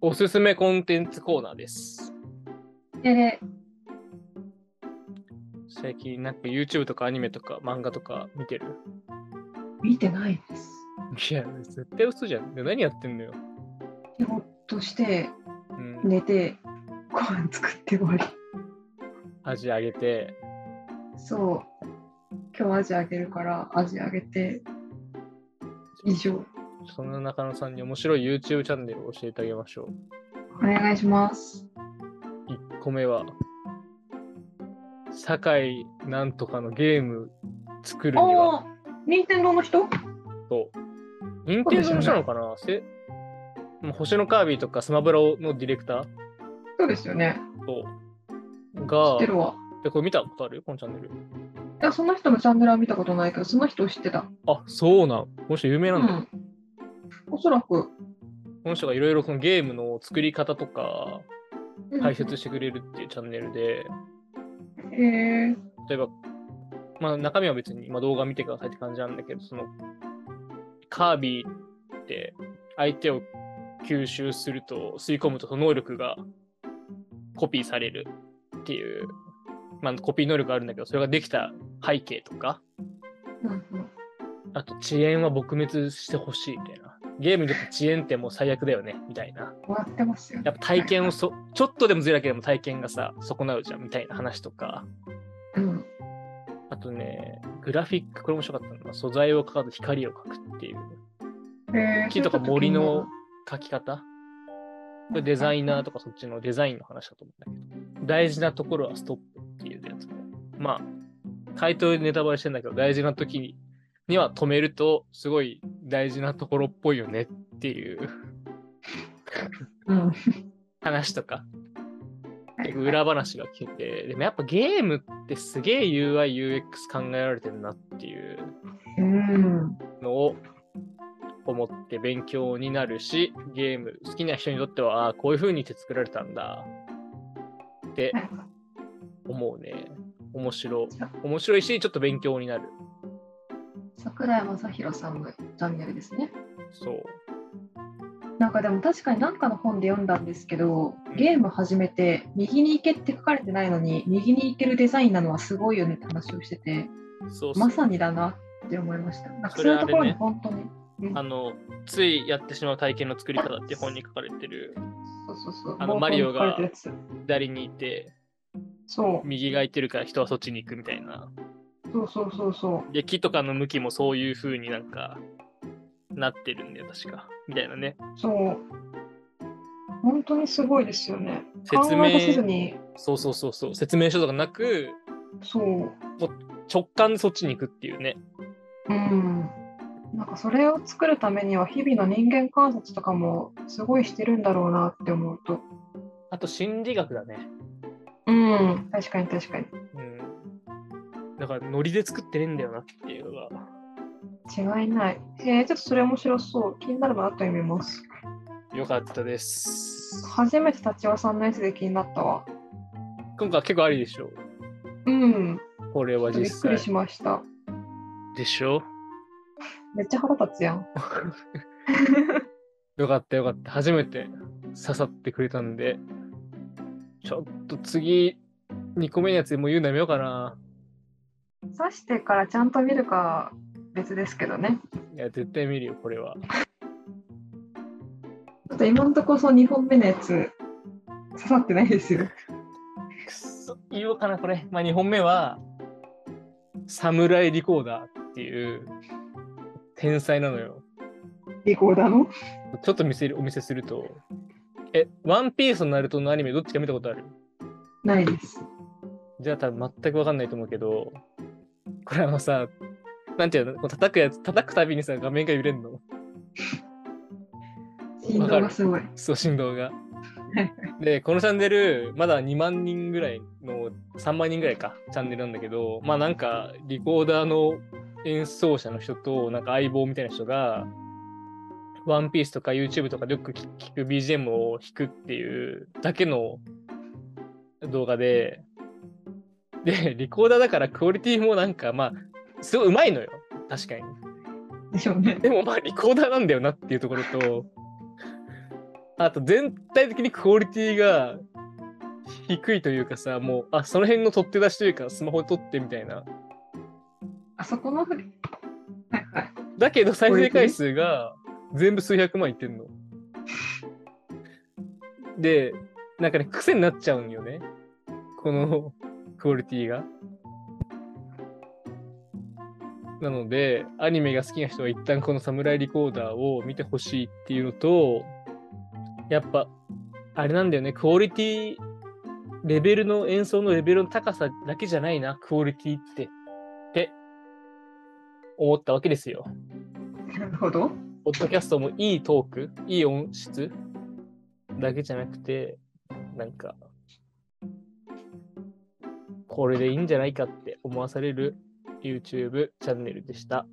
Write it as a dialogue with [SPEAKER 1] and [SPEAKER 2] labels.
[SPEAKER 1] おすすめコンテンツコーナーです。
[SPEAKER 2] え
[SPEAKER 1] 最近なんか YouTube とかアニメとか漫画とか見てる
[SPEAKER 2] ー、見てないです。
[SPEAKER 1] いや、絶対嘘じゃん。で何やってんのよ。
[SPEAKER 2] 仕事して、
[SPEAKER 1] うん。
[SPEAKER 2] 寝て、ご飯作って終わり。
[SPEAKER 1] 味上げて、
[SPEAKER 2] そう。今日アジあげるから、アジあげて、以上。
[SPEAKER 1] そんな中野さんに面白い YouTube チャンネルを教えてあげましょ
[SPEAKER 2] お願いします。
[SPEAKER 1] う。1個目は、酒井なんとかのゲーム作るには
[SPEAKER 2] ああ、任天堂の人
[SPEAKER 1] と、任天堂の人なのかな、せもう星のカービィとかスマブラのディレクター
[SPEAKER 2] そうですよね。
[SPEAKER 1] と、
[SPEAKER 2] 知
[SPEAKER 1] が
[SPEAKER 2] って、るわ。
[SPEAKER 1] でこれ見たことあるこのチャンネル。
[SPEAKER 2] いや、その人のチャンネルは見たことないけど、その人を知ってた。
[SPEAKER 1] あ、そうなん。もし有名
[SPEAKER 2] う
[SPEAKER 1] なんだよ。
[SPEAKER 2] ん。おそらく。
[SPEAKER 1] この人がいろいろこのゲームの作り方とか
[SPEAKER 2] うん
[SPEAKER 1] 解説してくれるっていうチャンネルで、
[SPEAKER 2] えー、
[SPEAKER 1] 例えば、まあ、中身は別に、まあ、動画見てくださいって感じなんだけど、そのカービィって相手を吸収すると吸い込むとその能力がコピーされるっていう、まあ、コピー能力があるんだけど、それができた背景とか、
[SPEAKER 2] うんうん
[SPEAKER 1] あと遅延は撲滅してほしいみたいな。ゲームにとって遅延ってもう最悪だよねみたいな。
[SPEAKER 2] 終わってますよね。
[SPEAKER 1] やっぱ体験をそちょっとでもずれなければ体験がさ損なうじゃんみたいな話とか
[SPEAKER 2] うん。
[SPEAKER 1] あとねグラフィックこれ面白かったのが素材を描く光を描くっていう
[SPEAKER 2] えー、
[SPEAKER 1] 木とか
[SPEAKER 2] それ
[SPEAKER 1] 森
[SPEAKER 2] ちょ
[SPEAKER 1] の
[SPEAKER 2] っ
[SPEAKER 1] 描き方これデザイナーとかそっちのデザインの話だと思うんだけど大事なところはストップっていうやつもまあ回答でネタバレしてんだけど大事な時には止めるとすごい大事なところっぽいよねっていう
[SPEAKER 2] と気になる
[SPEAKER 1] 話とか結構
[SPEAKER 2] うん。
[SPEAKER 1] 裏話が聞けて、でもやっぱゲームってすげえ UI、UX 考えられてるなっていう
[SPEAKER 2] うん。
[SPEAKER 1] のを思って勉強になるし、ゲーム好きな人にとっては、ああ、こういう風にして作られたんだって
[SPEAKER 2] はい
[SPEAKER 1] 思うね。面白
[SPEAKER 2] じゃ。
[SPEAKER 1] 面白いし、ちょっと勉強になる。
[SPEAKER 2] 桜井正宏さんのチャンネルですね。
[SPEAKER 1] そう。
[SPEAKER 2] なんかでも確かに何かの本で読んだんですけど、ゲーム始めて右に行けって書かれてないのに右に行けるデザインなのはすごいよねって話をしてて、
[SPEAKER 1] そうそう
[SPEAKER 2] まさにだなって思いました。なんか
[SPEAKER 1] そ
[SPEAKER 2] そう
[SPEAKER 1] れ
[SPEAKER 2] いう
[SPEAKER 1] あれね
[SPEAKER 2] ところに本当に。うん
[SPEAKER 1] あの、ついやってしまう体験の作り方って本に書かれてる、
[SPEAKER 2] そうそうそう。
[SPEAKER 1] あの
[SPEAKER 2] 冒頭に
[SPEAKER 1] マリオが
[SPEAKER 2] 書かれてるやつ
[SPEAKER 1] 左にいて、
[SPEAKER 2] そう
[SPEAKER 1] 右が空いてるから人はそっちに行くみたいな。
[SPEAKER 2] そうそうそうそ
[SPEAKER 1] で、木とかの向きもそういう風になんか、なってるんだよ、確か。みたいなね。
[SPEAKER 2] う。そう。本当にすごいですよね。
[SPEAKER 1] 説
[SPEAKER 2] 考えもせず
[SPEAKER 1] 明、
[SPEAKER 2] に、
[SPEAKER 1] そうそうそうそう、説明書とかなく、
[SPEAKER 2] そう。
[SPEAKER 1] 直感でそっちに行くっていうね。
[SPEAKER 2] うん。なんかそれを作るためには日々の人間観察とかもすごいしてるんだろうなって思うと。
[SPEAKER 1] あと、心理学だね。
[SPEAKER 2] うん、確かに確かに。
[SPEAKER 1] うん。だから、ノリで作ってねえんだよなっていうのが。
[SPEAKER 2] 違いない。へえ、ちょっとそれ面白そう。気になるなと読みます。
[SPEAKER 1] よかったです。
[SPEAKER 2] 初めて立場さんのやつで気になったわ。
[SPEAKER 1] 今回は結構ありでしょ。
[SPEAKER 2] うん、
[SPEAKER 1] これは
[SPEAKER 2] び
[SPEAKER 1] 実
[SPEAKER 2] っく
[SPEAKER 1] 際
[SPEAKER 2] り。しました。
[SPEAKER 1] でしょ
[SPEAKER 2] めっちゃ腹立つやん。
[SPEAKER 1] よかったよかった。初めて刺さってくれたんで、ちょっと次、2個目のやつでもう言うのやめようかな。
[SPEAKER 2] 刺してからちゃんと見るか別ですけどね。
[SPEAKER 1] いや、絶対見るよ、これは。
[SPEAKER 2] ちょっと今のところその2本目のやつ刺さってないですよ。
[SPEAKER 1] くっそ、言おうかな、これ。まあ、2本目は、サムライリコーダーっていう、天才なのよ。
[SPEAKER 2] リコーダーの
[SPEAKER 1] ちょっと見せる、お見せすると、え、ワンピースとナルトのアニメどっちか見たことある
[SPEAKER 2] ないです。
[SPEAKER 1] じゃあ多分全くわかんないと思うけど、これあのさ、なんていうのこう叩くやつ、叩くたびにさ、画面が揺れんの。
[SPEAKER 2] 振動がすごい。
[SPEAKER 1] そう、振動が
[SPEAKER 2] はい。
[SPEAKER 1] で、このチャンネル、まだ2万人ぐらいの、3万人ぐらいか、チャンネルなんだけど、まあなんか、リコーダーの演奏者の人と、なんか相棒みたいな人が、ワンピースとか YouTube とかでよく聞聞く BGM を弾くっていうだけの動画で、で、リコーダーだからクオリティもなんか、まあ、すごい上手いのよ。確かに。
[SPEAKER 2] でしょうね。
[SPEAKER 1] でもまあリコーダーなんだよなっていうところと、あと全体的にクオリティが低いというかさ、もう、あ、その辺の取って出しというか、スマホで撮ってみたいな。
[SPEAKER 2] あそこのふり。はいはい。
[SPEAKER 1] だけど再生回数が全部数百万いってんの。で、なんかね、癖になっちゃうんよね。このクオリティが。なので、アニメが好きな人は一旦このサムライリコーダーを見てほしいっていうのと、やっぱ、あれなんだよね、クオリティ、レベルの演奏のレベルの高さだけじゃないな、クオリティって、って思ったわけですよ。
[SPEAKER 2] なるほど。
[SPEAKER 1] ポッドキャストもいいトーク、いい音質だけじゃなくて、なんか、これでいいんじゃないかって思わされる YouTube チャンネルでした。